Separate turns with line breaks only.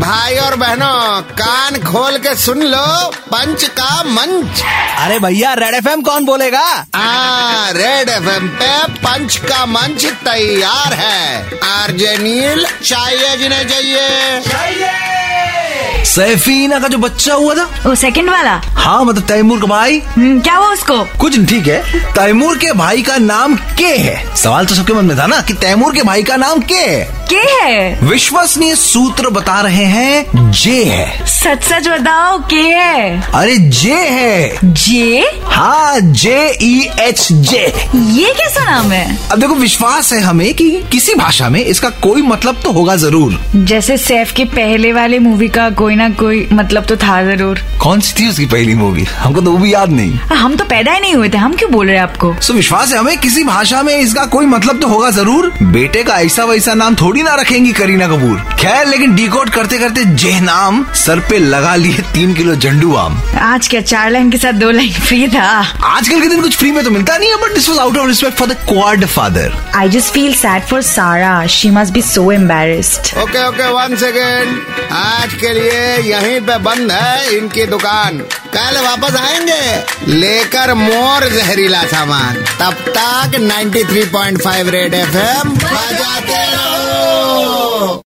भाई और बहनों कान खोल के सुन लो पंच का मंच
अरे भैया रेड एफ कौन बोलेगा
आ, रेड एफ पे पंच का मंच तैयार है आरजे नील चाहिए जिन्हें चाहिए
सैफीना का जो बच्चा हुआ था
वो सेकंड वाला
हाँ मतलब तैमूर का भाई
हम्म, क्या हुआ उसको
कुछ नहीं, ठीक है तैमूर के भाई का नाम के है सवाल तो सबके मन में था ना कि तैमूर के भाई का नाम के है
के है
विश्वसनीय सूत्र बता रहे हैं जे है
सच सच बताओ के है
अरे जे है
जे
हाँ जे ई एच जे
ये कैसा नाम है
अब देखो विश्वास है हमें कि किसी भाषा में इसका कोई मतलब तो होगा जरूर
जैसे सैफ के पहले वाले मूवी का कोई ना कोई मतलब तो था जरूर
कौन सी थी उसकी पहली मूवी हमको तो वो भी याद नहीं
हम तो पैदा ही नहीं हुए थे हम क्यों बोल रहे हैं आपको
सो विश्वास है हमें किसी भाषा में इसका कोई मतलब तो होगा जरूर बेटे का ऐसा वैसा नाम थोड़ी ना रखेंगी करीना कपूर खैर लेकिन डिकोड करते करते जे नाम सर पे लगा लिए तीन किलो झंडू आम
आज क्या चार लाइन के साथ दो लाइन फ्री था
आजकल के दिन कुछ फ्री में तो मिलता नहीं है but this was out of respect for the quad father
I just feel sad for Sara she must be so embarrassed
okay okay one second आज के लिए यहीं पे बंद है इनकी दुकान कल वापस आएंगे लेकर मोर जहरीला सामान तब तक 93.5 रेड एफ एम बजाते रहो